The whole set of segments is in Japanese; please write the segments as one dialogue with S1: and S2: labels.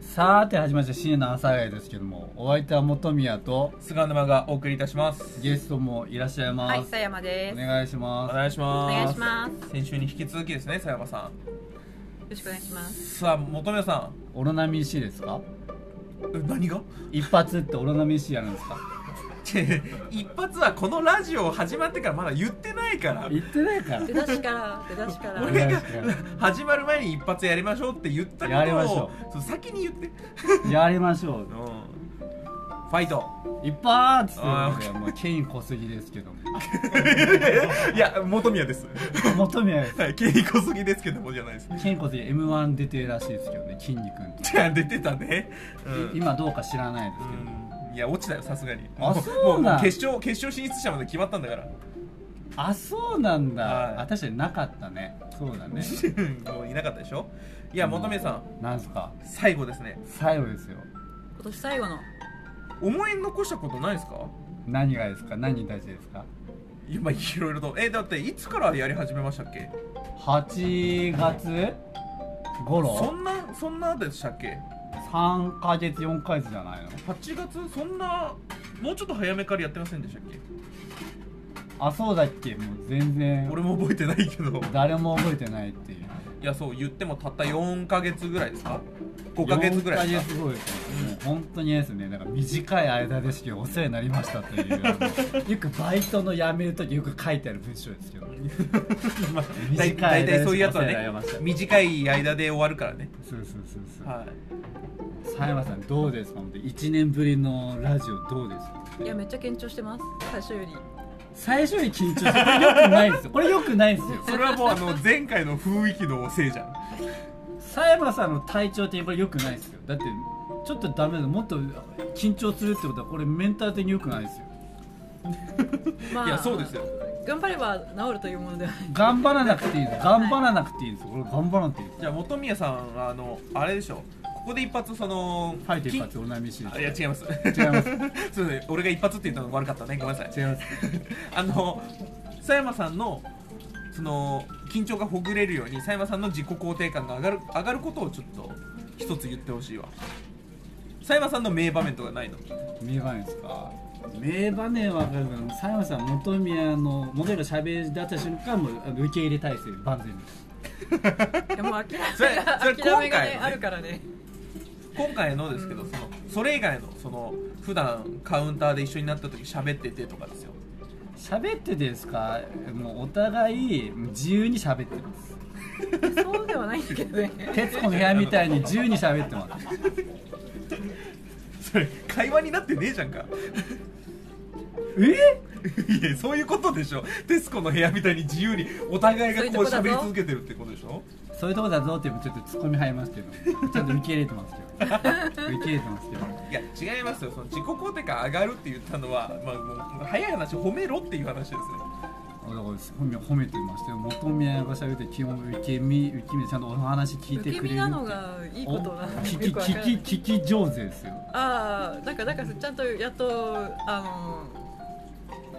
S1: さーて始まりました深夜の朝会ですけどもお相手は本宮と
S2: 菅沼がお送りいたします
S1: ゲストもいらっしゃいます、
S3: はい、さやまで
S1: お
S3: す。よ
S1: 願いし
S2: お
S1: ます
S2: 願いします
S3: お願いします
S2: 先週に引き続きですね佐山さ
S3: ろしくお願いします。
S2: んさあ本宮さ
S1: オロナミン C ですか
S2: んえ何が
S1: 一発ってオロナミン C やるんですか
S2: 一発はこのラジオ始まってからまだ言ってないから
S1: 言ってないから
S3: 出だしから、出だしから。
S1: 俺
S2: 俺
S1: が
S2: が始まる前に一発やりましょうって言った
S1: や
S2: こ
S1: り
S2: と
S1: ましょ
S2: をそう先に言って
S1: やりましょう
S2: うんファイト
S1: 一発って
S2: あー
S1: いやもうケイン小杉ですけども
S2: いや本宮です
S1: 本宮です
S2: はい 稽古すぎですけどもじゃないです
S1: ケイン小杉 m 1出てるらしいですけどね筋肉君って
S2: じゃあ出てたねうん
S1: 今どうか知らないですけど、
S2: うんいや落ちたよさすがに
S1: あ
S2: も
S1: そうなん
S2: も決勝決勝進出者まで決まったんだから
S1: あそうなんだ、
S2: はい
S1: あ確かになかったねそうだね
S2: もういなかったでしょいや求めさん
S1: なんすか
S2: 最後ですね
S1: 最後ですよ
S3: 今年最後の。
S2: 思い残したことないですか
S1: 何がですか何に対してですか
S2: 今いろいろとえだっていつからやり始めましたっけ
S1: 8月
S2: そ
S1: 頃
S2: んなそんなでしたっけ
S1: 3ヶ月4ヶ月じゃないの
S2: 8月そんなもうちょっと早めからやってませんでしたっけ
S1: あそうだっけもう全然
S2: 俺も覚えてないけ ど
S1: 誰も覚えてないっていう
S2: いやそう言ってもたった4ヶ月ぐらいですか5ヶ月ぐらい
S1: 4
S2: で
S1: ヶ
S2: すか
S1: 月後ですねもう本当にですねなんか短い間ですけどお世話になりましたというあ のよくバイトの辞める時よく書いてある文章ですけど
S2: まあ
S1: 短い
S2: 大大体そういうやつは
S1: 間ですか忘
S2: ね
S1: れられました
S2: 短い間で終わるからね
S1: そうそうそうそう
S2: はい
S1: 佐山さんどうですか1年ぶりのラジオどうですか
S3: いや、めっちゃ緊張してます。最初より。
S1: 最初に緊張するこれよくないですよこれよくないですよ
S2: それはもうあ の前回の雰囲気のせいじゃん
S1: 佐山さんの体調ってこれよくないですよだってちょっとダメだもっと緊張するってことはこれメンタル的によくないですよ
S3: ま
S2: いやそうですよ。
S3: 頑張れば治るというものではない。
S1: 頑張らなくていいです頑張らなくていいですこれ頑張らなくていいです
S2: じゃあ本宮さんはあのあれでしょここで一発その
S1: ファイト一
S2: き
S1: 発お悩みしい
S2: あいや違います
S1: 違います
S2: すいません俺が一発って言ったの悪かったねごめんなさい
S1: 違います
S2: あの佐山さんのその緊張がほぐれるように佐山さんの自己肯定感が上がる上がることをちょっと一つ言ってほしいわ佐山さんの名場面とかないの
S1: 名場面ですか名場面は分かるけど佐山さん本宮のモデルが喋り出した瞬間もうあの受け入れ体制万全です
S3: いやもう諦
S2: それ
S3: めが、
S2: それ今
S3: 諦め
S2: 回の
S3: がね
S2: ね、
S3: あるからね。
S2: 今回のですけど、
S3: うん
S2: そのそれ以外のその普段カウンターで一緒になった時喋っててとかですよ
S1: 喋っててですかもうお互い自由に喋ってます
S3: そうではないんだけどね。
S1: 徹子の部屋みたいに自由に喋ってます
S2: それ会話になってねえじゃんか
S1: え
S2: いやそういうことでしょテスコの部屋みたいに自由にお互いがこう
S3: そういうとこだぞ
S2: 喋り続けてるってことでしょ
S1: そういうとこだぞってちょっとツッコミ入りますけどちょっと受け入れてますけど受け入れてますけど
S2: いや違いますよその自己肯定感上がるって言ったのは、まあ、もう早い話褒めろっていう話ですよ
S1: だから褒め褒めてましたよ元宮が喋って基本受け身受け身でちゃんとお話聞いて
S3: 受
S1: くれ
S3: け
S1: る
S3: 身なのがいい
S1: お
S3: ことなの。
S1: 聞き
S3: よくわからない
S1: 聞き聞き上手ですよ
S3: ああ、なんか、なんか、ちゃんと、やっと、あの。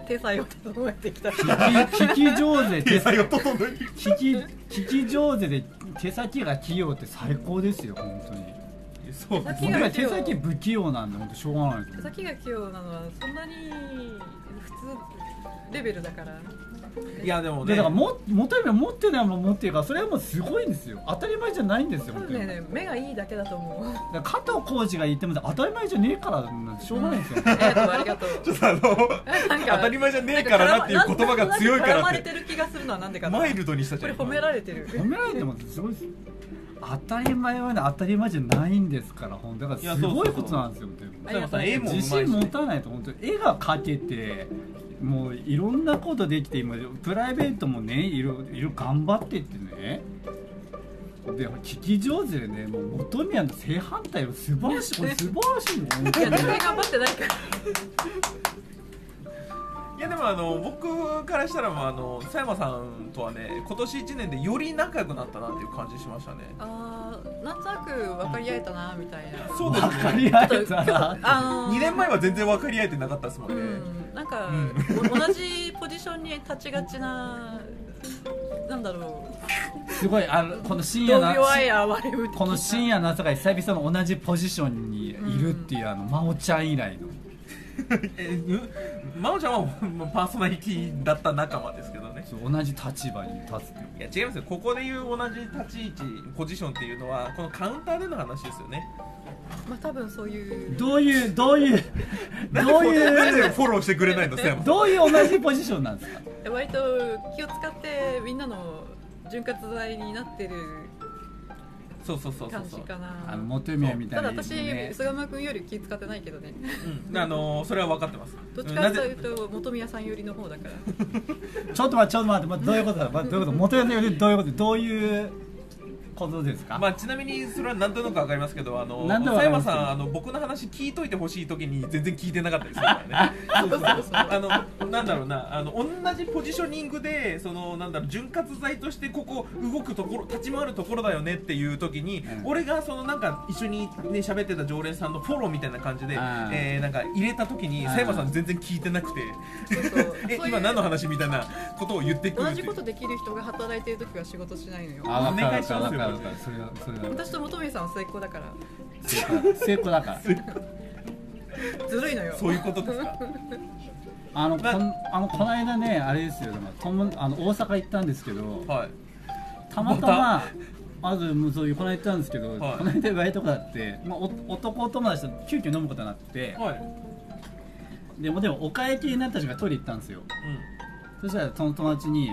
S3: 体裁を整えてきた。
S1: 聞き聞き上手で
S2: 裁を整える
S1: 聞き聞き上手で手先が器用って最高ですよ本当に
S2: そうです
S1: 僕
S2: ね
S1: は手先不器用なんで本当しょうがないです
S3: 手
S1: よ
S3: 先が器用なのは、そんなに。普通。レベルだから。
S2: いやでも
S1: で
S2: ね
S1: だからも元宮持ってないもの持ってるからそれはもうすごいんですよ当たり前じゃないんですよ
S3: 多
S1: 本
S3: 分
S1: 当に
S3: ね、目がいいだけだと 思う。
S1: だから加藤浩次が言っても当たり前じゃねえからしょうがないんですよ
S3: ありがとう、ありがとう。
S2: ちょっとあの
S3: なん
S2: 当
S3: か
S2: たり前じゃねえからなっていう言葉が強いか
S3: なん
S2: ら
S3: となく絡ま
S2: っ
S3: れて
S2: て
S3: る気がするのはなんでかな
S2: マイルドにしたじ
S3: こ
S2: ゃん
S3: れ褒められてる
S1: 褒められてもすごいですよ当たり前はね当たり前じゃないんですからほんとだからすごいことなんですよでも
S2: 今佐山さん絵もうまい
S1: 自
S2: し
S1: 信持たないと本当に絵が描けてもういろんなことできて今プライベートもねいろいろ頑張ってってねで聞き上手でねもう元宮の正反対は素晴らしいこれ素晴らしいの本
S3: い
S1: 当
S3: や
S1: に
S3: 全然頑張ってないから
S2: いやでもあの僕からしたらもうあの佐山さんとはね今年1年でより仲良くなったなっていう感じしましたね
S3: あーなんとなく分かり合えたなみたいな
S2: そうです
S1: 分かり
S3: あ
S1: 合
S3: と
S1: えたら
S3: あのー
S2: 2年前は全然分かり合えてなかったですもん
S3: う
S2: ね、
S3: んなんか、
S2: うん
S3: お同じポジションに立ちがちななんだろう
S1: すごいあのこの深夜
S3: 同
S1: な
S3: 病愛哀れむ的な
S1: この深夜の朝が久々の同じポジションにいるっていう、あの真央ちゃん以来の
S2: えうん真央ちゃんは まあパーソナリティだった仲間ですけどね
S1: そう同じ立場に立つっていう
S2: いや違いますよここでいう同じ立ち位置ポジションっていうのはこのカウンターでの話ですよね
S3: まあ多分そういう
S1: どういうどういう
S2: なんで
S1: どう
S2: なんで
S1: いう
S2: フォローしてくれないの佐山さん
S1: どういう同じポジションなんですか
S3: 割と気を使ってみんなの潤滑剤になってる
S2: そうそうそうそう
S3: 感じ
S2: そう
S3: か
S1: あ
S3: な
S1: の求めみた
S3: た
S1: い
S3: だ
S1: な、
S3: 私
S1: ね、
S3: 菅間君より気使ってないけどね
S2: うん、あのーそれは分かってます
S3: どっ
S2: う
S3: ち
S2: ん
S3: か
S2: な
S3: とい
S2: ぜ
S3: うと本宮さん寄りの方だから
S1: ちょっと待ってちょっと待って、まあ、どういうことだ、まあ、どういうこと元嫁よりどういうことどういうことですか、
S2: まあ、ちなみにそれは何となく分かりますけどあの
S1: 何となくわ
S2: 佐
S1: かり
S2: 山
S1: ますけ
S2: さ
S1: ど
S2: んあの僕の話聞いといてほしい時に全然聞いてなかったりするからねそうそうあのなんだろうなあの同じポジショニングでそのなんだろう潤滑剤としてここ動くところ立ち回るところだよねっていう時に、
S1: うん
S2: 俺がそのなんか一緒にね喋ってた常連さんのフォローみたいな感じで、
S1: あー
S2: えーなんか入れた時に
S1: あー
S2: 佐山さん全然聞いてなくて
S3: そうそう
S2: え
S3: そういう
S2: 今何の話みたいなことを言ってくる
S3: 同
S2: って
S3: じ
S2: いう
S3: ことできる人が働いてる時は仕事しないのよ
S1: あわかるわかる
S2: お願いしま
S1: わ
S2: すよ
S1: かるわかるそれはそれは
S3: 私と本宮さんは成功だから
S1: 成功だから
S3: ずるいのよ
S2: そういうことです か
S1: あのこ
S2: ま
S1: んあのこの間ねあれですよでもともあの大阪行ったんですけど
S2: はい
S1: たまたまあずもうそういうこの間行ったんですけど、
S2: はい
S1: この間言われたことあって、まあ、お男友達と急遽飲むことになって、
S2: はい、
S1: でもでもお会計になった時間トイレ行ったんですよ
S2: う
S1: そ
S2: ん
S1: したらその友達に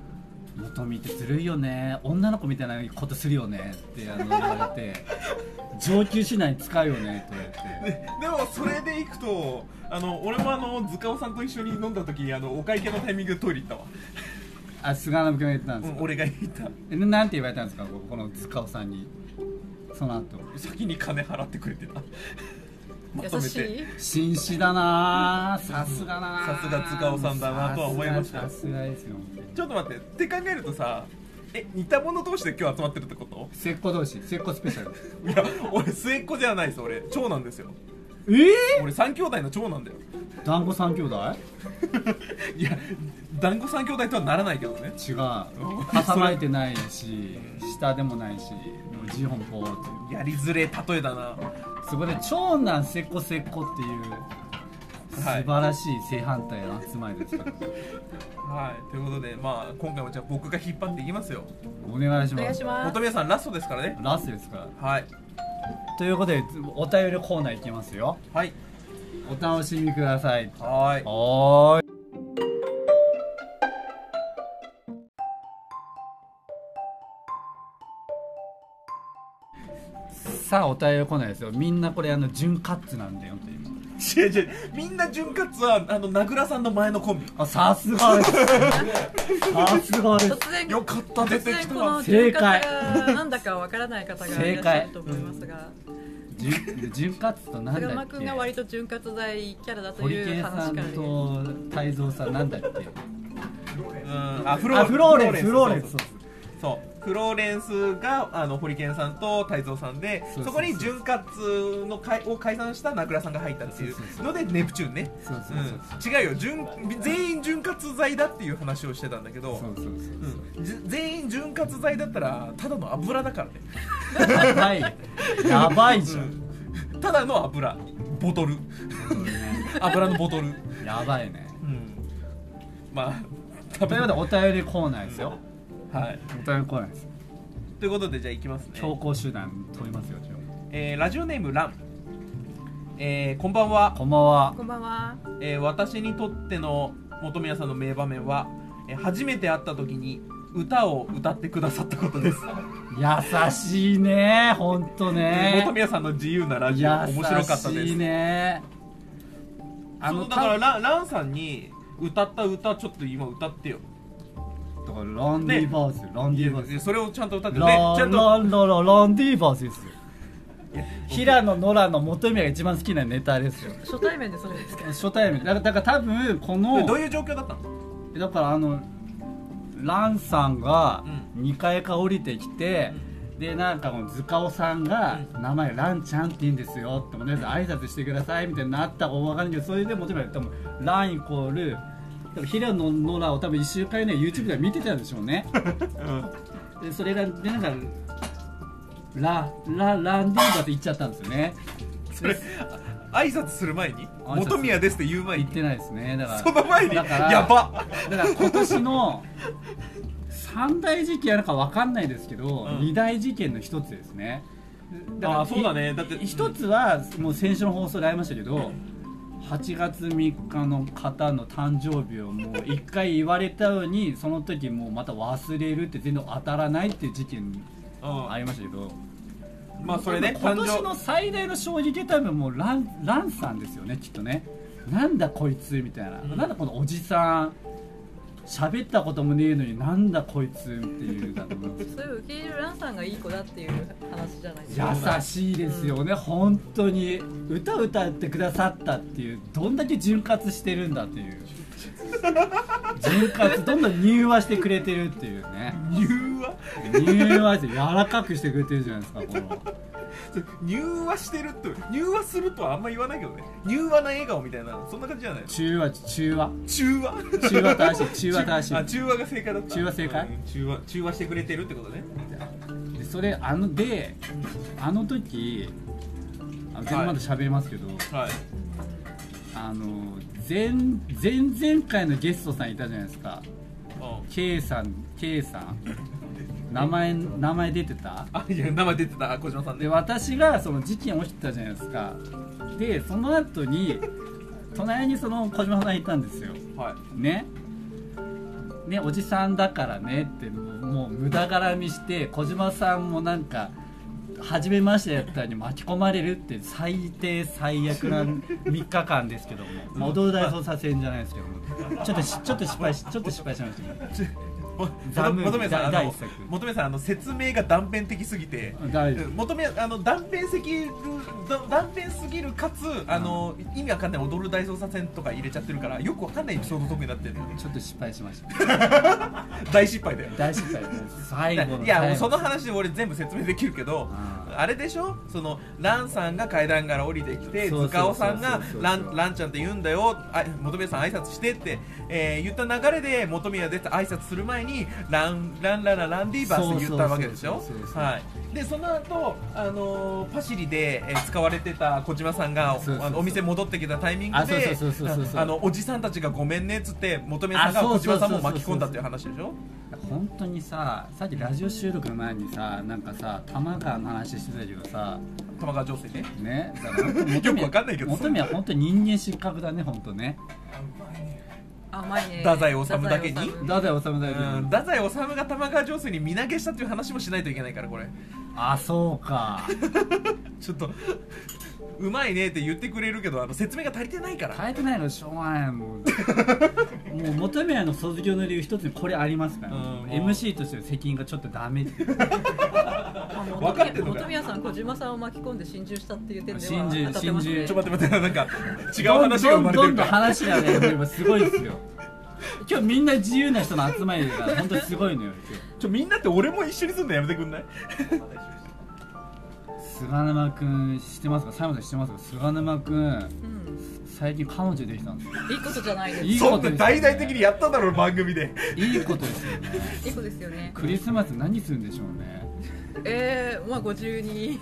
S1: 「元見ってずるいよね女の子みたいなことするよね」ってあの言われて「上級市内に使うよね」と言われて。
S2: で でもそれでいくとあの俺もあの塚尾さんと一緒に飲んだ時あのお会計のタイミングでトイレ行ったわ、
S1: あ菅原君が言ってたん
S2: う
S1: です
S2: ん、
S1: か、
S2: 俺が行った
S1: えなんて言われたんですかここの塚尾さんにその後
S2: 先に金払ってくれて たまと
S3: 優
S2: め
S3: してい
S1: 紳士だなあさすがだなあ
S2: さすが塚尾さんだなとは思いました
S1: さすがですよ
S2: ちょっと待ってって考えるとさえ似た者同士で今日集まってるってこと
S1: 末っ子同士末っ子スペシャル
S2: いや俺末っ子じゃないです俺長男ですよ
S1: え
S2: 俺三兄弟の長男だよ
S1: えー、団子三兄弟
S2: いや団子三兄弟とはならないけどね
S1: 違う挟まれてないし下でもないしでもジホンポーっていう
S2: やりづれえ例えだな
S1: そこで長男末っ子末っ子っていう素
S2: はい
S1: 晴らしい正反対の集まりですから、
S2: はいということでまあ今回もじゃあ僕が引っ張っていきますよ
S1: お願いし
S3: お願
S1: ま
S3: い
S1: す
S3: します
S2: 本宮さんラストですからね
S1: ラストですから
S2: はい
S1: ということでお便りコーナーいきますよ
S2: はい
S1: お楽しみください
S2: はーい
S1: はーいさあお便りコーナーですよみんなこれあの準カッツなんだよって今
S2: 違う違うみんな潤滑はあの名倉さんの前のコンビ
S1: あさすがですさすがです
S3: 突然
S2: よかった出
S3: 突
S2: てき
S3: 然
S2: た
S3: この
S1: 正
S3: 正
S1: 解
S3: 解なんだかわからない方がいらっしゃると思いますが
S1: 準準カッツとなん
S3: 菅
S1: だ
S3: 間
S1: っ
S3: 君が割
S1: け
S3: と潤滑剤キャラだと
S1: 堀
S3: いう
S1: 圭さ
S3: 話
S1: ん
S3: からね
S1: と泰造さんなんだっけ
S2: うんあフ
S1: あフローレンスフローレン
S2: ス
S1: ス
S2: そうそうフローレンスがあのホリケンさんと泰造さんで
S1: そうそうそう
S2: そこに潤滑の会を解散した名倉さんが入ったっていう
S1: そうそうそう
S2: のでネプチューンね
S1: そうそう
S2: う
S1: そうん
S2: 違うよ潤全員潤滑剤だっていう話をしてたんだけ
S1: そ
S2: ど
S1: うそうそうそう
S2: うんじ全員潤滑剤だったらただの油だからね
S1: やばいやばいじゃん、
S2: うんただの油ボトル油のボトル
S1: やばいね
S2: うんまあ
S1: ということでお便りコーナーですよ
S2: はい
S1: お便りコーナーです
S2: ということでじゃあいきますね
S1: 強行手段問いますよ今
S2: えーラジオネームラン、えーこんばんは
S1: 日、こんばんは
S3: こんばんは
S2: えー私にとっての本宮さんの名場面は、えー初めて会った時に歌を歌ってくださったことです、
S1: 優しいねほんと ね
S2: 本宮さんの自由なラ
S1: 優
S2: ジオ面白かったで
S1: しい
S2: す
S1: ねあ
S2: あ
S1: の
S2: のだから
S1: た
S2: ランランさんに歌った歌ちょっと今歌ってよ
S1: だからロンディーバースロンディーバース
S2: いやそれをちゃんと歌って
S1: ロ
S2: ねちゃ
S1: ン
S2: んと
S1: ロンロロロンディーバース ですよ平野ノラの元宮が一番好きなネタですよ
S3: 初対面でそれですか
S1: 初対面だからだから多分この
S2: どういう状況だったの
S1: だからあのランさんが
S2: う
S1: 2階から降りてきて、でなんかこの塚尾さんが「名前ランちゃんって言うんですよ」ってもとりあえず挨拶してくださいみたいになったかわかんないけどそれでもちろん多分ランイコール多分平野ノラを多分1週間以内 YouTube では見てたんでしょうね
S2: うん
S1: でそれがでなんかララランディーバと言っちゃったんですよね
S2: それ挨拶する前に
S1: 拶
S2: 元宮ですって言う前
S1: 言
S2: に
S1: ってないですねだから
S2: その前に
S1: だから
S2: やば
S1: だから今年の三大事件やるかわかんないですけど、
S2: うん
S1: 二大事件の一つですねから
S2: あーそうだねだって
S1: い一つはもう先週の放送でありましたけど8月3日の方の誕生日をもう一回言われたようにその時もうまた忘れるって全然当たらないっていう事件
S2: うん
S1: ありましたけど
S2: まあそれね
S1: 今
S2: 誕
S1: 年の
S2: 生
S1: 最大の衝撃は多分もうランランさんですよねきっとねなんだこいつみたいな、
S2: うん
S1: なんだこのおじさん喋ったこともねえのになんだこいつっていうだと思います
S3: それ受け入れるランさんがいい子だっていう話じゃないですか
S1: 優しいですよね、本当に歌歌ってくださったっていうどんだけ潤滑してるんだっていう潤滑どんどん入和してくれてるっていうね
S2: 入話
S1: 入和して柔らかくしてくれてるじゃないですかこの
S2: 入話してると入話するとはあんま言わないけどね入話な笑顔みたいなそんな感じじゃないの
S1: 中和中和
S2: 中和
S1: 中和正しい中和正しい
S2: あ中和が正解だった
S1: 中和正解
S2: うん中和中和してくれてるってことね
S1: でそれあのであの時あの全然まだ喋りますけど、
S2: はい
S1: あの前前々回のゲストさんいたじゃないですか
S2: うん
S1: K さん K さん名前名前出てた
S2: あいや生出てた小島さん
S1: で
S2: ね
S1: 私がその事件起きてたじゃないですかでその後に隣にその小島さんいたんですよ
S2: はい
S1: ねねおじさんだからねってもう無駄絡みして小島さんもなんか初めましてやったのに巻き込まれるって最低最悪な3日間ですけども、 まあ、踊る大捜査線じゃないですけどもちょっとしちょっと失敗しちょっと失敗しましたけど
S2: も
S1: ザムービー
S2: 求めさんあ
S1: 第一
S2: の
S1: 作
S2: 求めさんあの説明が断片的すぎて
S1: 大丈夫
S2: 求めあの断片すぎるだ断片すぎるかつあの、意味わかんない踊る大捜査線とか入れちゃってるからよくわかんないエピソードトークになってるの
S1: ちょっと失敗しました
S2: 大失敗だよ
S1: 大失敗最後の
S2: いやもうそ
S1: 最後
S2: の話で俺全部説明できるけど
S1: あ
S2: あれでしょそのランさんが階段から降りてきて
S1: そうそうそう
S2: 塚尾さんが
S1: そうそうそう
S2: ラン「ランちゃんって言うんだよあ求宮さん挨拶して」って、えー言った流れで求宮出て挨拶する前に「ランランランランランディーバース」って言ったわけでしょ
S1: そうそうそうそう
S2: はいでその後、あのーパシリで、えー使われてた小島さんが
S1: そうそうそう
S2: あのお店戻ってきたタイミング
S1: あそう
S2: で
S1: そうそうそうそうそう
S2: あのおじさんたちが「ごめんね」っつって求宮さんが
S1: あそ
S2: 小
S1: うそう
S2: 島
S1: そ
S2: さ
S1: うそうそうん
S2: も巻き込んだっていう話でしょ
S1: 本当にささっきラジオ収録の前にさなんかさ玉川の話してたけどさ
S2: 玉川上水ね
S1: ねだから本当
S2: よくわかんないけど
S1: 求めは本当に人間失格だね本当ね
S3: 甘いね
S2: 太宰治だけに
S3: 太宰治
S1: だだよ治だよ、
S2: うん太宰治が玉川上水に身投げしたっていう話もしないといけないからこれ
S1: あそうか
S2: ちょっとうまいねって言ってくれるけどあの説明が足りてないから
S1: 変えてないのしょうがないもうもう求めはの卒業の理由一つにこれありますから、
S2: うん
S1: もう
S2: もう
S1: MC としての責任がちょっとダメっていう
S3: まあ元
S2: 分かってんのかよ
S3: 元宮さん小島さんを巻き込んで心中したっていう点で
S1: 心中
S3: は当たってますね
S1: 心
S2: ちょ
S1: 中
S2: 待って待ってなんか違う話が
S1: どん
S2: 生まれて
S1: どんどん
S2: る
S1: どん
S2: から
S1: 話がね今すごいです よ今日みんな自由な人の集まりだから本当にすごいのよ今日
S2: ちょみんなって俺も一緒にすんのやめてくんない
S1: 菅沼君知ってますかサイモンさん知ってますか菅沼君
S3: うん
S1: 最近彼女できたんですよ
S3: いいことじゃないです
S1: いいこ
S2: そ
S1: と
S2: ん
S1: です
S2: な
S1: ね
S2: 大々的にやっただろ番組で
S1: いいことですよね
S3: いい子ですよね
S1: クリスマス何するんでしょうね
S3: えー、まあ52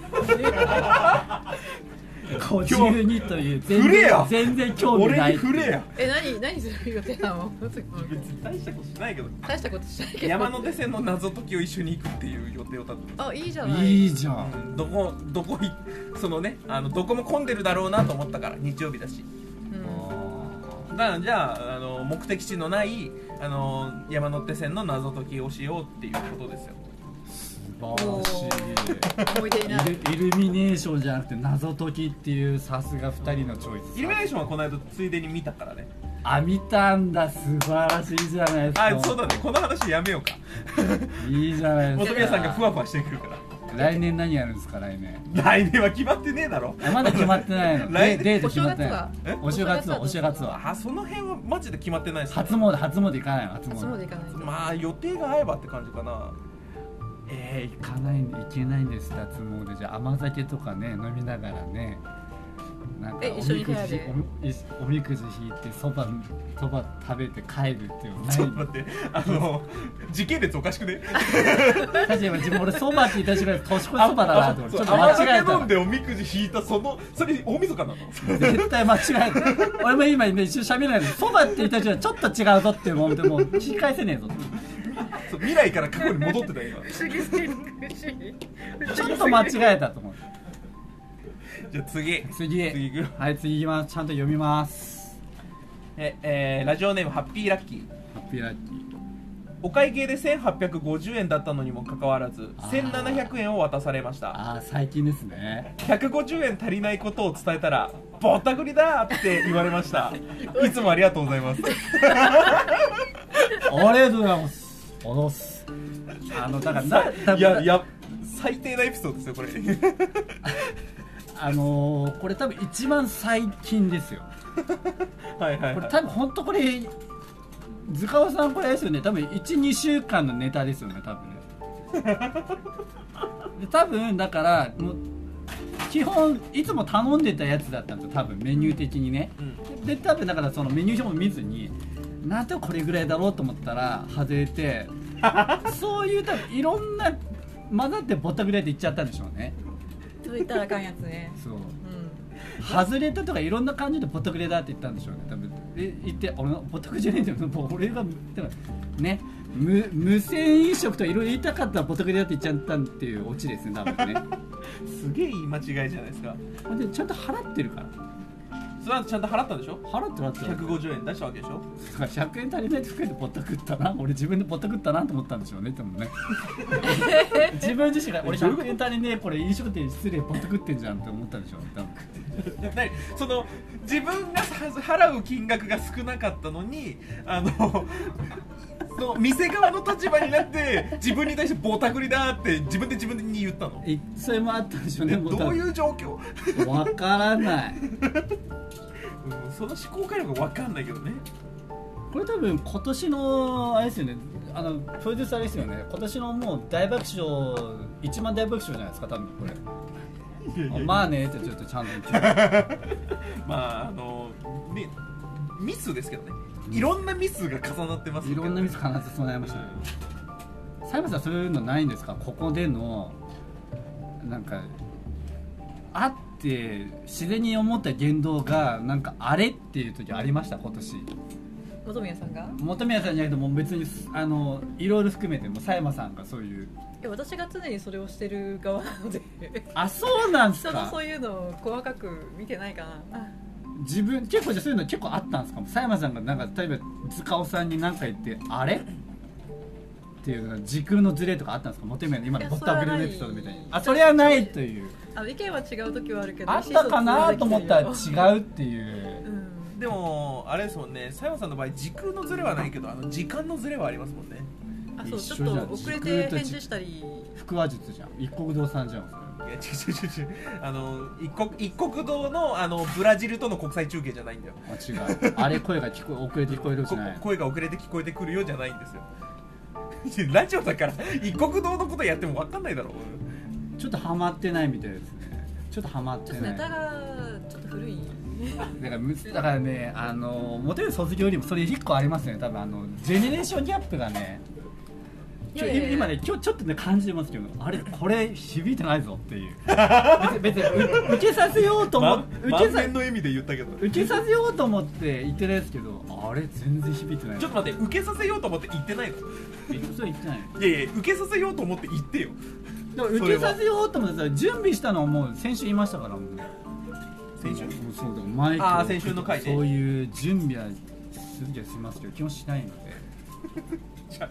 S1: 52という全
S2: 触れや
S1: 然全然興味ない
S2: 俺に触れや
S3: え何何する予定なの
S2: 別に大したことしないけど
S3: 大したことしないけど
S2: 山手線の謎解きを一緒に行くっていう予定を立てて
S3: あいいじゃない
S1: いいじゃん
S2: うんどこどこいそのねあのどこも混んでるだろうなと思ったから日曜日だし
S3: うん
S2: だからじゃああの目的地のないあの山手線の謎解きをしようっていうことですよ
S1: 素晴らし
S3: 思い出になる
S1: いイルイルミネーションじゃなくて謎解きっていうさすが2人のチョイス
S2: イルミネーションはこの間ついでに見たからね
S1: あ見たんだ素晴らしいじゃないですか
S2: あそうだねこの話やめようか
S1: いいじゃないです
S2: 本
S1: か
S2: 宮さんがふわふわしてくるから
S1: 来年何やるんですか来年
S2: 来年は決まってねえだろ
S1: あまだ決まってないの
S2: 来年
S1: デデート決まってないお
S2: お
S1: 正
S3: 正
S1: 月
S3: 月
S1: は
S3: は
S1: お正月は
S2: あその辺はマジで決まってないですね
S1: 初詣初詣行かないの初
S3: 初詣
S1: 詣
S3: 行かないと
S2: まあ予定が合えばって感じかな
S1: えー、行かないいけないんです初詣じゃあ甘酒とかね飲みながらねなんか
S3: え一緒に部屋で
S1: おみくじおみおみくじ引いてそばそば食べて帰るっていうのない
S2: ちょっと待ってあの時系列おかしくね
S1: 確かに自分俺そばって言った瞬間年越しそばだなと思ってちょっと
S2: 泡酒
S1: 間違え
S2: 飲ん
S1: た
S2: でおみくじ引いたそのそれ大晦日なの
S1: 絶対間違えた俺も今ね一瞬喋れないでそばって言った瞬間ちょっと違うぞっていうもんでもう引き返せねえぞ
S2: そう未来から過去に戻ってたよ今
S3: 次次次
S1: ちょっと間違えたと思って
S2: じゃあ次
S1: 次
S2: 次行くよ
S1: はい次いきますちゃんと読みます
S2: え、えーラジオネームハッピーラッキー
S1: ハッピーラッキー
S2: お会計で1850円だったのにもかかわらず
S1: あー
S2: 1700円を渡されました
S1: ああ最近ですね
S2: 150円足りないことを伝えたらぼったくりだって言われました いつもありがとうございます
S1: ありがとうございますおどすあのだからな
S2: いやいや最低なエピソードですよこれ
S1: あのーこれ多分一番最近ですよ
S2: はいはい、
S1: これ
S2: はい、
S1: 多分本当これ塚尾さんこれあれですよね多分12週間のネタですよね多分ね で多分だからもう基本いつも頼んでたやつだったんですよ多分メニュー的にね
S2: うん
S1: で多分だからそのメニュー表も見ずになんでこれぐらいだろうと思ったら外れ てそういう多分いろんな混ざってぼったくりでいっちゃったんでしょうね
S3: そう言ったらあかんやつね
S1: そう
S3: うん
S1: 外れたとかいろんな感じでぼったくれだって言ったんでしょうね多分で言って俺のぼったくりじゃねえんだよもう俺がでもね無無線飲食とかいろいろ言いたかったらぼったくりだって言っちゃったっていうオチですね多分 ね
S2: すげえ言い間違いじゃないですか
S1: ほんでちゃんと払ってるから
S2: それはちゃんと払ったんでしょ
S1: 払って払って
S2: 150円出したわけでしょ
S1: だから100円足りないって含めてぼったくったな俺自分でぼったくったなと思ったんでしょうねで もね自分自身が俺100円足りねえこれ飲食店失礼ぼったくってんじゃんって思ったんでしょうね多分
S2: 何その自分がさ払う金額が少なかったのにあの その店側の立場になって自分に対してぼったくりだって自分で自分に言ったの
S1: えそれもあったんでしょうねも
S2: どういう状況、
S1: 分からない
S2: うんその思考回路が分かんないけどね
S1: これ多分今年のあれですよねあのプロデューサーですよね今年のもう大爆笑一番大爆笑じゃないですか多分これあまあねってちょっとちゃんと言って
S2: まああのねミスですけどねいろんなミスが重なってますけ
S1: い
S2: ど
S1: ろんなミス必ず備えましたねサイバさんそういうのないんですかここでのなんかあって自然に思った言動がなんかあれっていう時ありました今年
S3: 本宮さんが
S1: 本宮さんじゃなくてもう別にあのいろいろ含めてもサイマさんがそういう
S3: いや私が常にそれをしてる側なので
S1: あそうなんす
S3: 人
S1: か
S3: のそういうのを細かく見てないかな
S1: 自分結構じゃあそういうの結構あったんですか佐山さんがなんか例えば塚尾さんに何か言って「あれ?」っていうのが時空のズレとかあったんですか求めの今の
S3: いや
S1: ぼったくりのエピソードみたいにあそ
S3: そ
S1: れ
S3: れ
S1: は
S3: は
S1: な
S3: ない
S1: いという
S3: あ意見は違う時はあるけど
S1: あったかなと思った
S3: 意思疎通
S1: ら違うって
S3: できて
S1: い
S3: る
S1: う
S3: ようん
S2: でもあれですもんね佐山さんの場合時空のズレはないけどあの時間のズレはありますもんね
S3: あそうち
S1: 一緒じゃ
S3: ょ
S1: ん
S3: っと遅れて返事したり
S1: 腹話術じゃん一国堂さんじゃんそれ
S2: いや違う違う違う違うあの一国一国堂のあのブラジルとの国際中継じゃないんだよ
S1: あ違 うあれ声が聞こえ遅れて聞こえるじ
S2: こ
S1: ゃない
S2: 声が遅れて聞こえてくるよじゃないんですよ ラジオだから一国堂のことやっても分かんないだろ
S1: ちょっとハマってないみたいですねちょっとハマって
S3: ちょっと
S1: な
S3: ネ
S1: い
S3: タがちょっと古い
S1: だからむだからねあの元の卒業よりもそれ一個ありますよね多分あのジェネレーションギャップがねちょ
S3: いやいやいや
S1: 今ね今日ちょっとね感じてますけどあれこれ響いてないぞっていう 別に別にう受けさせようと思っ
S2: ま
S1: 受けさ
S2: 満面の意味で言ったけど
S1: 受けさせようと思って言ってないですけどあれ全然響いてない
S2: ちょっと待って受けさせようと思って言ってないの
S1: えそう言ってない
S2: いやいや受けさせようと思って言ってよ
S1: でも受けさせようと思ってさ準備したのはもう先週言いましたからもう
S2: 先週
S1: もうそうだマイク
S2: あー先週の回で
S1: そういう準備はするにはしますけど基本しないので
S2: じゃあ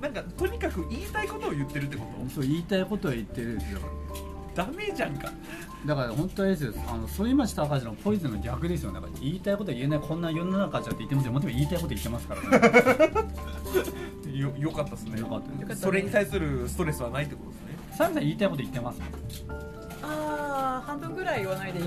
S2: なんかとにかく言いたいことを言ってるってこ
S1: そう言いたいことは言ってるんですよ
S2: とダメじゃんか
S1: だから本当あれですよあの反町隆史のポイズンの逆ですよだから言いたいこと言えないこんな世の中じゃって言ってますよもちろん言いたいこと言ってますからね
S2: よよかったっすね
S1: よかったね
S3: よかった
S2: それに対するストレスはないってことですね
S1: サムさん言いたいこと言ってます
S3: ああ半分ぐらい言わないでい い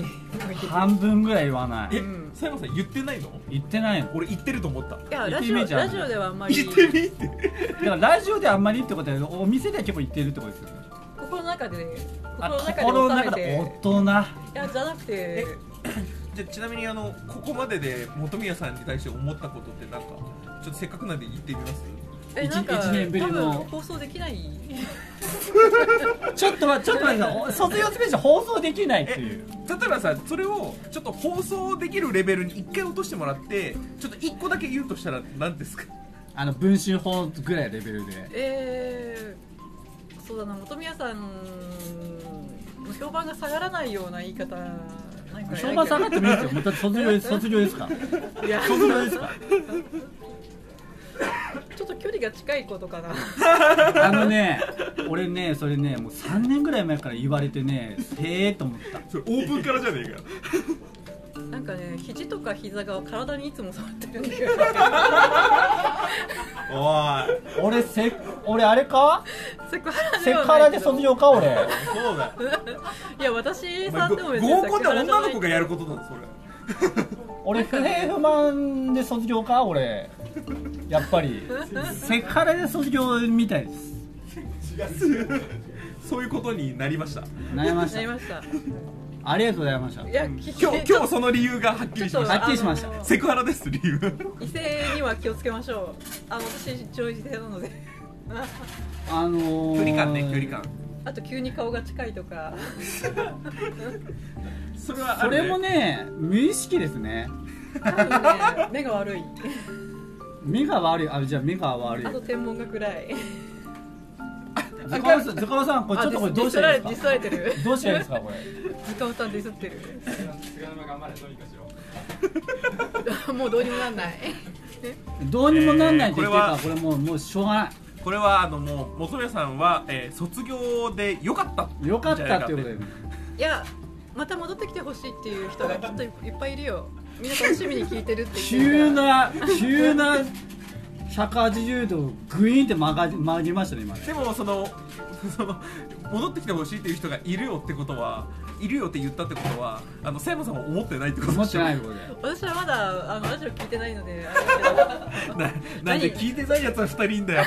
S1: 半分ぐらい言わな
S2: え
S1: い
S3: うん、
S2: 佐山さん言ってないの
S1: 言ってないの
S2: 俺言ってると思った
S3: いや
S1: 言っ
S3: ラ
S1: て
S3: ジ
S1: み
S3: オ
S1: ーちゃん
S3: ラジオではあんまり
S2: 言ってみって
S1: だからラジオであんまりってことはお店では結構言ってるってことですよね
S3: 心の中中で
S1: あ
S3: 心
S1: 心の
S3: の中
S1: 中で
S3: で収め
S1: 大
S3: て
S1: 人
S3: いやじゃなくて
S2: じゃあちなみにあのここまでで本宮さんに対して思ったことってなんかちょっとせっかくなんで言ってみます
S3: えなんか
S1: 一年ぶり
S3: 多
S1: の
S3: 分放送できない
S1: ちょっと待ってちょっと待ってお卒業スペシャル放送できないっていう
S2: 例えばさそれをちょっと放送できるレベルに一回落としてもらってちょっと一個だけ言うとしたら何ですか
S1: あの文春法ぐらいのレベルで
S3: えー、そうだな本宮さんの評判が下がらないような言い方なんか
S1: 評判下がってもいいですよもうだって卒業卒業ですから
S3: いや
S1: 卒業ですか
S3: ちょっと距離が近いことかな
S1: あのね俺ねそれねもう3年ぐらい前から言われてねへえと思った
S2: それオープンからじゃねえかよ
S3: なんかね肘とか膝が体にいつも触ってるん だよ
S2: おい
S1: 俺せ俺あれか
S3: セクハラで
S1: セク
S3: は
S1: ハ
S3: な
S1: ラ
S3: いけ
S1: で
S3: ど
S1: 卒業か俺
S2: そうだ
S3: いや私
S2: お
S3: さ
S2: 前
S3: んでも別に
S2: 合コンって女の子がや
S3: る
S2: ることなんだそれ
S1: 俺不平不満で卒業か俺やっぱりセクハラで卒業みたいです
S2: そういうことになりました
S1: なりまし
S3: なり
S1: た
S3: ました
S1: ありがとうございました
S3: いや
S2: 今日今日その理由がはっきりしまし
S1: はっきりしました
S2: たセクハラです理由
S3: 異性には気をつけましょうあの私超異性なので
S1: あのー、
S2: 距離感ね距離感
S3: あと急に顔が近いとか
S2: それはあ
S1: そ
S2: る、ね、
S1: れもね無意識ですね
S3: 多分ね目が悪い
S1: 目が悪いあじゃあ目が悪い
S3: あと天文が暗い
S1: ズカワさんズカワさんこれちょっとこれどうしたらいい
S3: ディ
S1: です
S3: ス
S1: から
S3: れてる
S1: どうしたらいいですかこれ
S3: 時間さんディスってる
S4: 菅沼頑張れどうにかしろ
S3: もうどうにもなんない
S1: どうにもなんないって
S2: えー
S1: 言ってるからこれもうもうしょうがな
S2: これはあのもう元宮さんは、えー卒業で良かった
S1: いよかったっていうこと
S2: じゃ
S1: で
S3: いやまた戻ってきてほしいっていう人がきっといっぱいいるよみんな楽しみに聞いてるって言って
S1: 急
S3: るから
S1: な急な180度グイーンって曲がり曲がりましたね今ね
S2: でもそのその戻ってきてほしいっていう人がいるよってことはいるよって言ったってことはあの佐山さんは思ってないってこと
S1: 思ってないいことで
S3: 私はまだあのラジオ聞いてないのであれだ
S2: ななんで聞いてないやつは2人いんだよ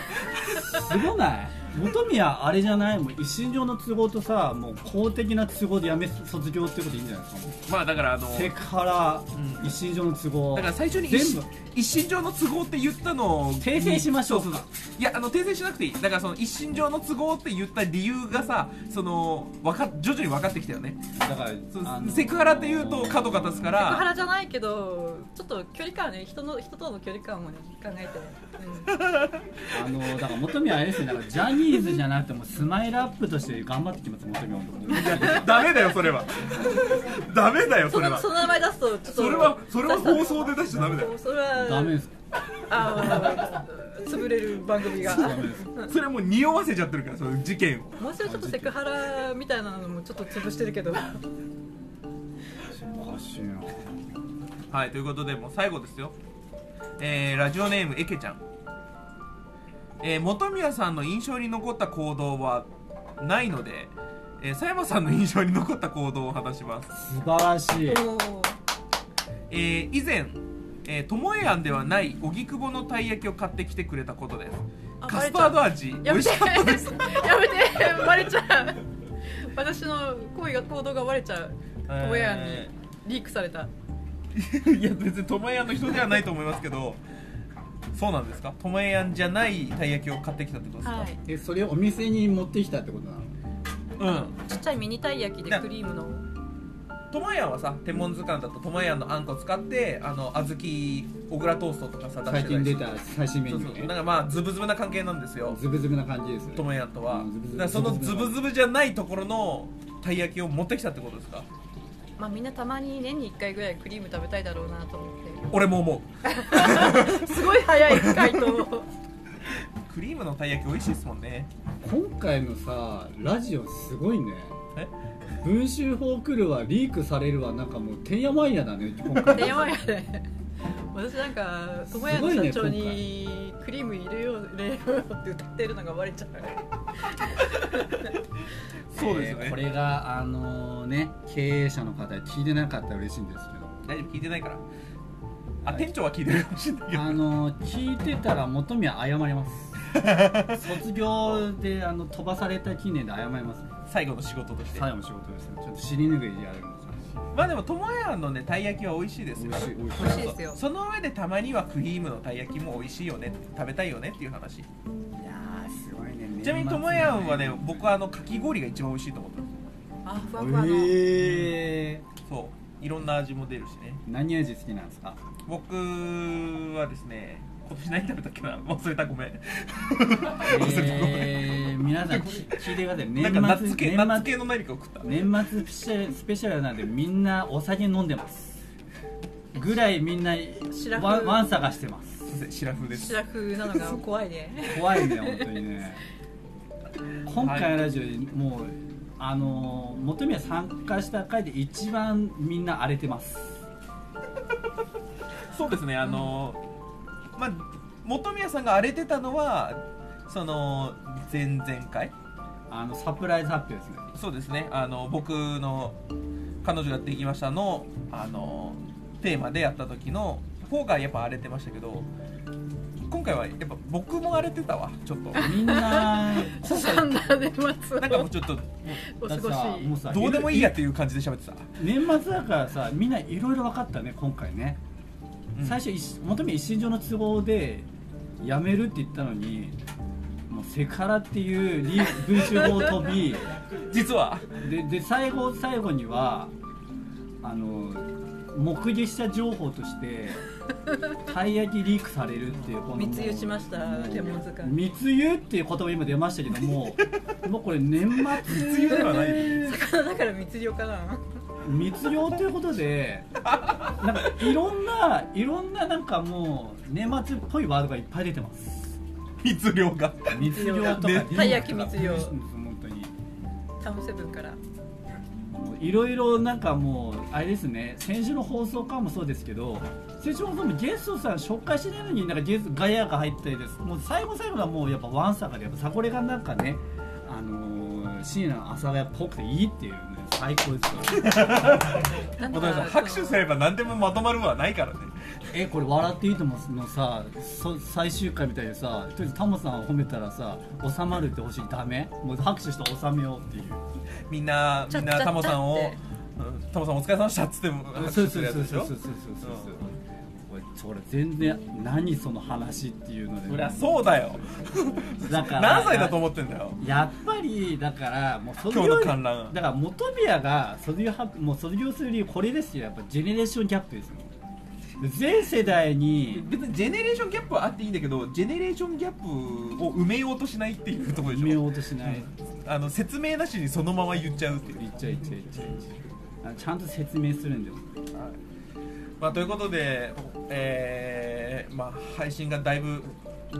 S1: すごない本宮あれじゃないもう一身上の都合とさもう公的な都合でやめ卒業ってこといいんじゃないですかも
S2: まあだからあの
S1: うセクハラ、
S2: うん
S1: 一身上の都合
S2: だから最初に
S1: 全部
S2: 一身上の都合って言ったのを
S1: 訂正しましょうか
S2: いやあの訂正しなくていいだからその一身上の都合って言った理由がさそのわか徐々に分かってきたよね
S1: だから、
S2: そう
S1: あのー
S2: セクハラって言うと角が立つか
S3: セクハ
S2: ら
S3: ラじゃないけどちょっと距離感ね人の人との距離感をね考えて、うん
S1: あのーだから元宮あれですねだからジャニーズじゃなくてもスマイルアップとして頑張ってきます元宮本
S2: ダメだよそれ はダメだよそ
S3: そ
S2: れ
S3: の
S2: は
S3: その名前出すとちょっと
S2: それはそれは放送で出しちゃダメだよ
S3: それは
S1: 当にダメですか
S3: あの潰れる番組が
S1: ダメです
S2: それはもう匂わせちゃってるからその事件を
S3: もしはちょっとセクハラみたいなのもちょっと潰してるけど
S1: おかしいな
S2: はいということでもう最後ですよえー、ラジオネームえけちゃんえー、本宮さんの印象に残った行動はないのでえー、佐山さんの印象に残った行動を話します
S1: 素晴らしい
S3: もう
S2: えー以前えー、ともえ庵ではない荻窪のたい焼きを買ってきてくれたことです
S3: あ
S2: カスタード味美
S3: やめ
S2: 味
S3: て
S2: しかったです
S3: やめてバレちゃう私の行為が行動がバレちゃう親に
S2: え
S3: リークされた
S2: ーいや別にともえ庵の人ではないと思いますけどそうなんですかともえ庵じゃないたい焼きを買ってきたってことですか、
S3: はい
S1: えそれをお店に持ってきたってことなの
S2: うん
S3: ちっちゃいミニたい焼きでクリームの
S2: トマヤンはさ天文図鑑だとトマヤンのあんこ使ってあの小豆小倉トーストとかさ出
S1: 最
S2: して
S1: 近
S2: り
S1: 出
S2: して
S1: た最新メニ
S2: そう
S1: ュ
S2: そう
S1: ー
S2: な
S1: ね
S2: んかまあズブズブな関係なんですよ
S1: ズブズブな感じです
S2: トマヤンとは
S1: うんズブズブ
S2: だからそのズブズブじゃないところのたい焼きを持ってきたってことですか
S3: まあみんなたまに年に1回ぐらいクリーム食べたいだろうなと思っ
S2: 俺も思
S3: て すごい早い回答
S2: うクリームのたい焼き美味しいですもんね
S1: 今回のさラジオすごいね
S2: え
S1: 文集法来るわリークされるわなんかもうてんやまんやだね今回
S3: 電話やで私なんか友也の社長にクリーム入れよう入れようって歌ってるのがバレちゃう
S2: そうです
S1: えー
S2: ね
S1: これがあのね経営者の方に聞いてなかったら嬉しいんですけど
S2: 大丈夫聞いてないからあ
S1: はい
S2: 店長は聞いてるかもしれないけど
S1: あの聞いてたら元宮謝ります 卒業であの飛ばされた記念で謝りますね
S2: 最後の仕事として
S1: 最後の仕事ですねちょっと尻拭いやるのか
S2: まあでも友やのねたい焼きは美味しいです
S1: 美
S2: よ
S1: 味しい美味しい
S3: 美味しいですよ
S2: その上でたまにはクリームのたい焼きも美味しいよね食べたいよねっていう話
S1: いやーすごいね
S2: ちなみにともやんはね僕はあのかき氷が一番美味しいと思った
S3: あ
S1: え
S3: ふわふわの、
S1: ー、
S2: そういろんな味も出るしね
S1: 何味好きなんですか
S2: 僕はですね今年何食べたっけな忘れたごめん忘れた ごめん、
S1: えー、皆さんき聞いてください年末
S2: なんかナッツ系ナッツ系
S1: 年
S2: の何かを食った
S1: 末年末スペシャルスペシャルなんでみんなお酒飲んでますぐらいみんな
S3: 白く
S1: ワンワン探してます
S2: すいませんシラフです
S3: 白くなのが怖いね
S1: 怖いね本当に ね今回のラジオにもうあのー本宮参加した回で一番みんな荒れてます
S2: そうですねあの、まあ本宮さんが荒れてたのはその前々回
S1: あのサプライズ発表ですね
S2: そうですねあの僕の彼女ができましたのあのテーマでやった時の方がやっぱ荒れてましたけど今回はやっぱ僕も荒れてたわちょっとな
S1: みんな
S3: すさんだ年末を
S2: んかもうちょっと
S3: お
S1: だっ
S3: 過
S1: て
S3: ご
S1: さ
S3: し
S1: もうさ
S2: どうでもいいやっていう感じで喋ってた、
S1: 年末だからさみんないろいろ分かったね今回ね、
S2: うん
S1: 最初一元宮一身上の都合で辞めるって言ったのにもうセカラっていうリ文集法を飛び
S2: 実は
S1: でで最後最後にはあの目撃者情報としてたい焼きリークされるっていうこの
S3: 密輸しました天文図鑑
S1: 密輸っていう言葉今出ましたけど ももうこれ年末
S2: 密輸ではない
S3: 魚だから密漁かな
S1: 密漁ということでなんかいろんないろんななんかもう年末っぽいワードがいっぱい出てます
S2: 密漁が
S1: 密漁とか
S2: ね
S1: リークとか
S3: たい焼き密漁
S1: 本当に
S3: タウンセブンから
S1: もういろいろなんかもうあれですね先週の放送かもそうですけど先週の放送もゲストさん紹介しないのになんかゲストガヤが入ったりですもう最後最後がもうやっぱワンサカでやっぱサコレがなんかねあのー、深夜の朝がっぽくていいっていうね最高ですよ
S3: なん
S2: 本宮さん拍手すれば何でもまとまるはないからね
S1: えこれ「笑っていいとも」のさそ最終回みたいでさとりあえずタモさんを褒めたらさ収まるってほしいダメもう拍手して収めようっていう
S2: みんなみんなタモさんをうんタモさんお疲れ様でしたっつっても拍
S1: そうそ
S2: 手す
S1: うそ
S2: る
S1: う
S2: やつ
S1: そう
S2: でし
S1: そう
S2: ょ
S1: そうそうそう俺全然何その話っていうので
S2: そりゃそうだよ
S1: だから
S2: 何歳だと思ってんだよ
S1: やっぱりだからもう卒
S2: 今日の観覧
S1: だから元宮が卒業はもう卒業する理由これですよやっぱジェネレーションギャップですよ全世代に
S2: 別にジェネレーションギャップはあっていいんだけどジェネレーションギャップを埋めようとしないっていうところ
S1: 埋
S2: でし
S1: めよ
S2: ょ
S1: うとしない、
S2: あの説明なしにそのまま言っちゃうっていう、
S1: いっちゃいっちゃいっちゃいっちゃいあちゃんと説明するんだよ
S2: まあ、ということで、えーまあ、配信がだいぶ
S3: あ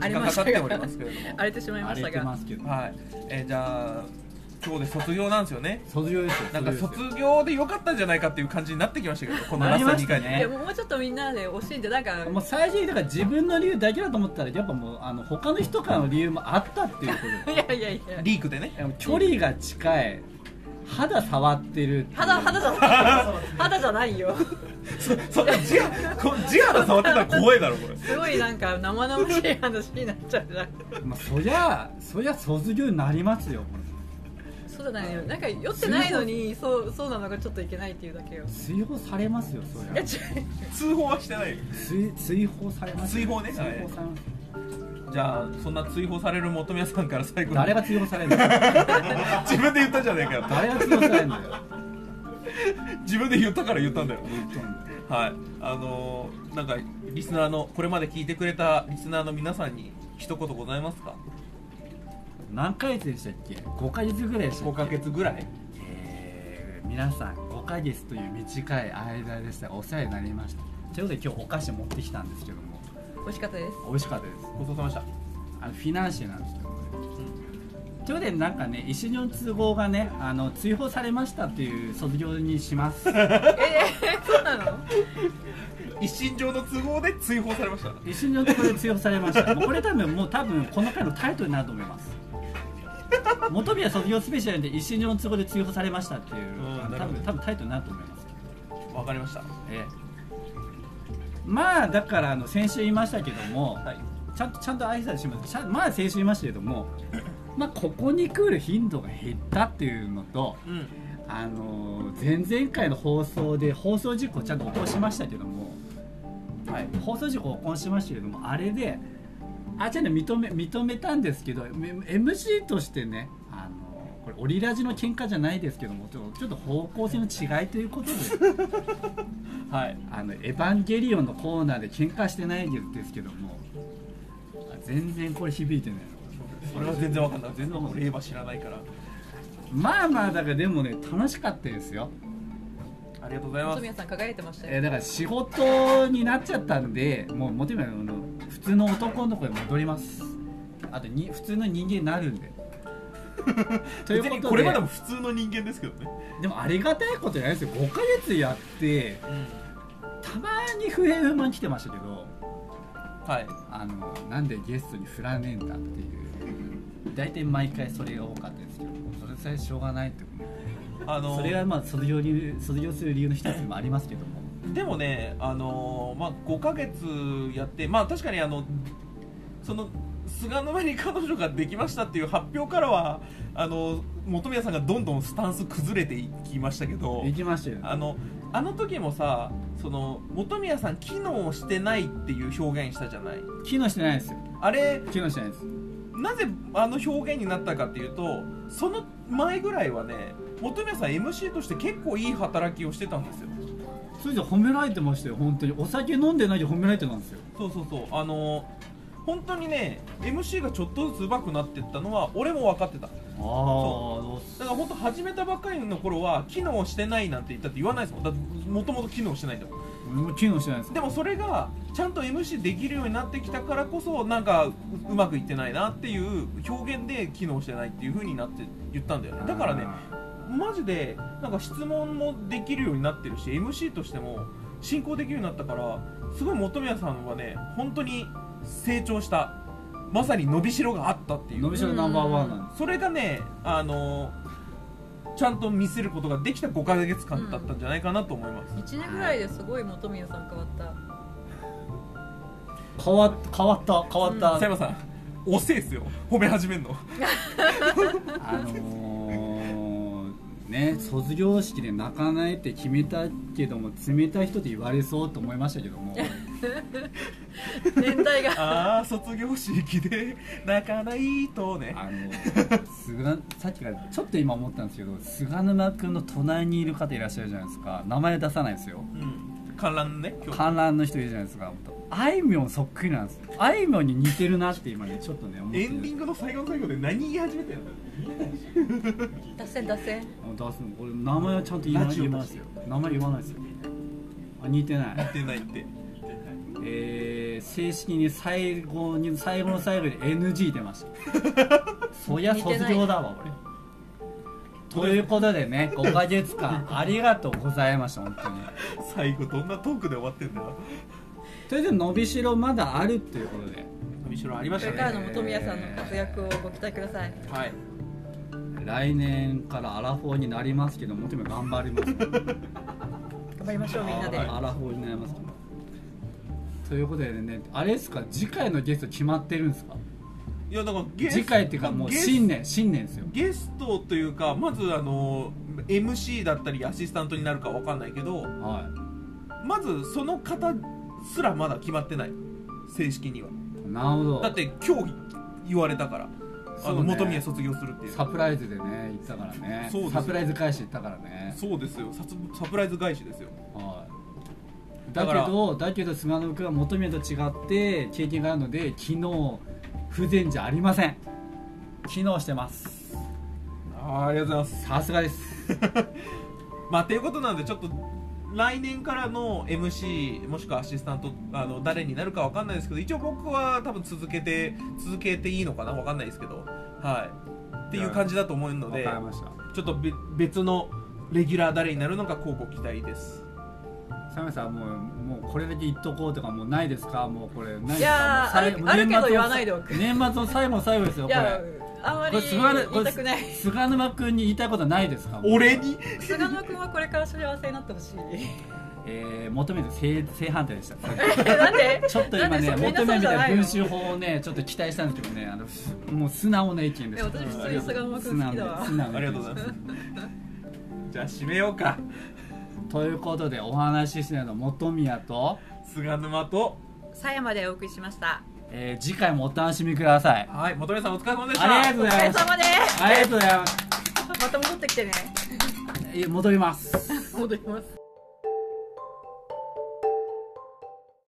S2: 時
S3: り
S2: 間
S3: ま
S2: か
S3: し
S2: か
S3: た
S2: っ
S3: が
S2: ておりますけれども
S3: 荒れてしまいま
S1: 荒
S3: し
S1: れ
S3: た
S1: て
S3: が
S1: ますけど
S2: はい、えーじゃあ今日で卒業なんですよね
S1: 卒業ですよ
S2: なんか
S1: 業ですよ
S2: 卒業でよかったんじゃないかっていう感じになってきましたけどこの
S1: な
S2: ラ
S1: り
S2: ス
S1: ま
S2: ト
S1: し
S2: 2
S1: た
S2: 回
S1: ね
S2: で、
S3: いやもうちょっとみんなで惜しんでなんか
S1: もう最初にだから自分の理由だけだと思ったらやっぱもうあの他の人からの理由もあったっていうことで
S3: いやいやいや
S2: リークでね
S1: でも距離が近い肌触ってる
S3: 肌肌じゃない肌じゃないよ
S2: そそんな地肌こ地肌触ってたら怖いだろこれ
S3: すごいなんか生々しい話になっちゃうじゃん
S1: まあ、そりゃそりゃ卒業になりますよこ
S3: そうじゃないよなんか酔ってないのにそうそうなのがちょっといけないっていうだけよ
S1: れ追放されますよそ
S3: い
S1: り
S3: や
S1: ゃ
S3: 違う
S2: 通報はしてないよ
S1: 追追放されますよ
S2: 追放ね
S1: 追放されます
S2: じゃあそんな追放される本宮さんから最後に
S1: 誰が追放されるんだよ
S2: 自分で言ったじゃねえかよ
S1: 誰が追放されるんだよ
S2: 自分で言ったから言ったんだよ
S1: 本当に
S2: はいあのーなんかリスナーのこれまで聞いてくれたリスナーの皆さんに一言ございますか
S1: 何ヶ月でしたっけ5ヶ月ぐらいでしたっけ
S2: 5ヶ月ぐらい
S1: えー皆さん5ヶ月という短い間でしたがお世話になりましたということで今日お菓子持ってきたんですけども
S3: 美味しかったです
S1: 美味しかったです
S2: ごちそうさまでした
S1: あのフィナンシェなんですけどねということでなんかね一緒の都合がねあの追放されましたっていう卒業にします
S3: えー、そうなの
S2: 一身上の都合で追放されました
S1: 一緒の都合で追放されましたもうこれ多分もう多分この回のタイトルになると思います元宮卒業スペシャルで一瞬の都合で追放されましたっていう、
S2: うんな
S1: 多
S2: るほ
S1: 分
S2: ど
S1: 多分タイトルになると思います
S2: わかりました
S1: ええまあだからあの先週言いましたけども、
S2: はい
S1: ちゃんとちゃんと挨拶しますちゃんまあ先週言いましたけど もまあここに来る頻度が減ったっていうのと
S2: うん
S1: あのー前々回の放送で放送事故ちゃんと起こしましたけども
S2: はい
S1: 放送事故を起こしましたけどもあれであちゃんと認め認めたんですけど M- MC としてねあのこれオリラジの喧嘩じゃないですけどもちょっとちょっと方向性の違いということで
S2: はい
S1: あの「エヴァンゲリオン」のコーナーで喧嘩してないんですけどもあ全然これ響いてないの
S2: 俺は全然わかんない全然わかんない俺エヴァ知らないから
S1: まあまあだからでもね楽しかったですよ
S2: ありがとうございま
S3: 本
S2: す
S3: 宮さん輝いてました
S1: えー
S3: よ。
S1: だから仕事になっちゃったんでもうもちろんあの普通の男の子に戻りますあとに普通の人間になるん でという
S2: 別
S1: こと
S2: に
S1: で
S2: これまでも普通の人間ですけどね
S1: でもありがたいことじゃないですよ5ヶ月やってたまに不平不満来てましたけど
S2: はい
S1: あのなんでゲストに振らねえんだっていう大体毎回それが多かったですけどそれさえしょうがないって
S2: あ の
S1: それはまあ卒業に卒業する理由の一つでもありますけども
S2: でもね、あのーまあ、5ヶ月やって、まあ、確かにあのその菅沼に彼女ができましたっていう発表からはあの本宮さんがどんどんスタンス崩れていきましたけど
S1: 行きましたよね
S2: あのあの時もさその本宮さん機能してないっていう表現したじゃない
S1: 機能してないですよ
S2: あれ
S1: 機能してないです
S2: なぜあの表現になったかっていうとその前ぐらいはね本宮さん MC として結構いい働きをしてたんですよ
S1: それじゃ褒められてましたよ本当にお酒飲んでないで褒められてたんですよ
S2: そうそうそうあの本当にね MC がちょっとずつ上手くなってったのは俺も分かってただか
S1: ああ
S2: ら本当始めたばっかりの頃は機能してないなんて言ったって言わないですもんだってもともと機能してないんだもん
S1: 俺も機能してないです
S2: でもそれがちゃんと MC できるようになってきたからこそなんかううまくいってないなっていう表現で機能してないっていう風になって言ったんだよねだからねマジでなんか質問もできるようになってるし MC としても進行できるようになったからすごい本宮さんはね本当に成長したまさに伸びしろがあったってい
S1: 伸
S2: う
S1: びしろナンバーワンなんで
S2: それがねあのちゃんと見せることができた5ヶ月間だったんじゃないかなと思います、
S3: 一年ぐらいですごい本宮さん変わった。
S1: す変わった変わった変わっ
S2: 佐
S1: た、
S2: 山さん遅いっすよ褒め始めんの
S1: あのー、ね卒業式で泣かないって決めたけども冷たい人って言われそうと思いましたけども
S3: 年代 が。
S2: ああ卒業式で泣かないとね
S1: あの菅さっきからちょっと今思ったんですけど菅沼君の隣にいる方いらっしゃるじゃないですか名前出さないですよ
S2: うん観覧ね今日
S1: 観覧の人いるじゃないですかあいみょんそっくりなんですよあいみょんに似てるなって今ねちょっとね思って
S2: エ
S1: る
S2: ンディングの最後の最後で何言い始めてんの
S3: 脱線脱線。
S1: 出すの俺名前はちゃんと言いま
S2: ラジオ
S1: 言いますよ名前言わないですよあ似てない
S2: 似てないって
S1: えー、正式に最後に最後の最後で NG 出ました そりゃ卒業だわ俺ということでね5ヶ月間ありがとうございました本当に
S2: 最後どんなトークで終わってんだ
S1: とりあえず伸びしろまだあるっていうことで
S2: 伸びしろありま
S3: こ
S2: した
S3: れ
S2: ね
S3: からの本宮さんの活躍をご期待ください。
S2: はい
S1: 来年からアラフォーになりますけどもとも頑張ります
S3: 頑張りましょうみんなで。
S1: アラフォーになりますけどということでねあれですか次回のゲスト決まってるんですか
S2: いやだからゲス
S1: 次回っていうかもう
S2: ゲス
S1: 新年新年ですよ
S2: ゲストというかまずあの MC だったりアシスタントになるかわかんないけど
S1: は
S2: まずその方すらまだ決まってない正式にはい
S1: なるほど
S2: だって今日言われたからあ
S1: そう
S2: の
S1: ね
S2: 元宮卒業するっていう
S1: サプライズでね行ったからね
S2: そうです
S1: サプライズ返し行ったからね
S2: そうですよサツサプライズ返しですよ
S1: はいだ
S2: だ
S1: け
S2: から
S1: どだけど菅野君は求めと違って経験があるので昨日不全じゃありません機能してます
S2: あーありがとうございます
S1: さすがです
S2: まあということなんでちょっと来年からの MC もしくはアシスタントあの誰になるかわかんないですけど一応僕は多分続けて続けていいのかなわかんないですけどはいっていう感じだと思うの
S1: わか
S2: で
S1: りました
S2: ちょっとべ別のレギュラー誰になるのか乞うご期待です
S1: サメさんもうもうこれだけ言っとこうとかもうないですかもうこれないですか
S3: いやー
S1: もう最
S3: ある
S1: もう年末
S3: あるけど
S1: の
S3: 言わないでおく
S1: 年末の最後の最後ですよ
S3: い
S1: こ
S3: や
S1: れ、
S3: あんま
S1: こ
S3: り
S1: れ
S3: 言
S1: 菅原
S3: いたくない。
S1: 菅沼君に言いたいことないですかもう
S2: 俺に
S3: 菅野くんはこれから幸せになってほしい。
S1: えー、求める正正反対で した。
S3: なんで
S1: ちょっと今ね
S3: なんで
S1: 求
S3: そんな
S1: めみ
S3: じゃ
S1: た
S3: ないいの
S1: 文集法をねちょっと期待したんですけどねあのすもう素直な意見です
S3: いや私普通に菅沼君好きだわ
S1: 素直な
S2: あ
S1: 意
S2: りが
S1: 見
S2: とう
S1: で
S2: ござい
S1: す
S2: ますじゃあ締めようか
S1: ということでお話ししてるの本宮と、
S2: 菅沼と
S3: さやまでお送りしました
S1: えー、次回もお楽しみください
S2: はい求めさんお疲れ様でした
S1: ありがとう
S3: お
S1: ご
S3: 疲
S1: ざい
S3: れ
S1: ます
S3: 様で
S1: ありがとうございます
S3: また戻ってきてね
S1: いや戻ります
S3: 戻ります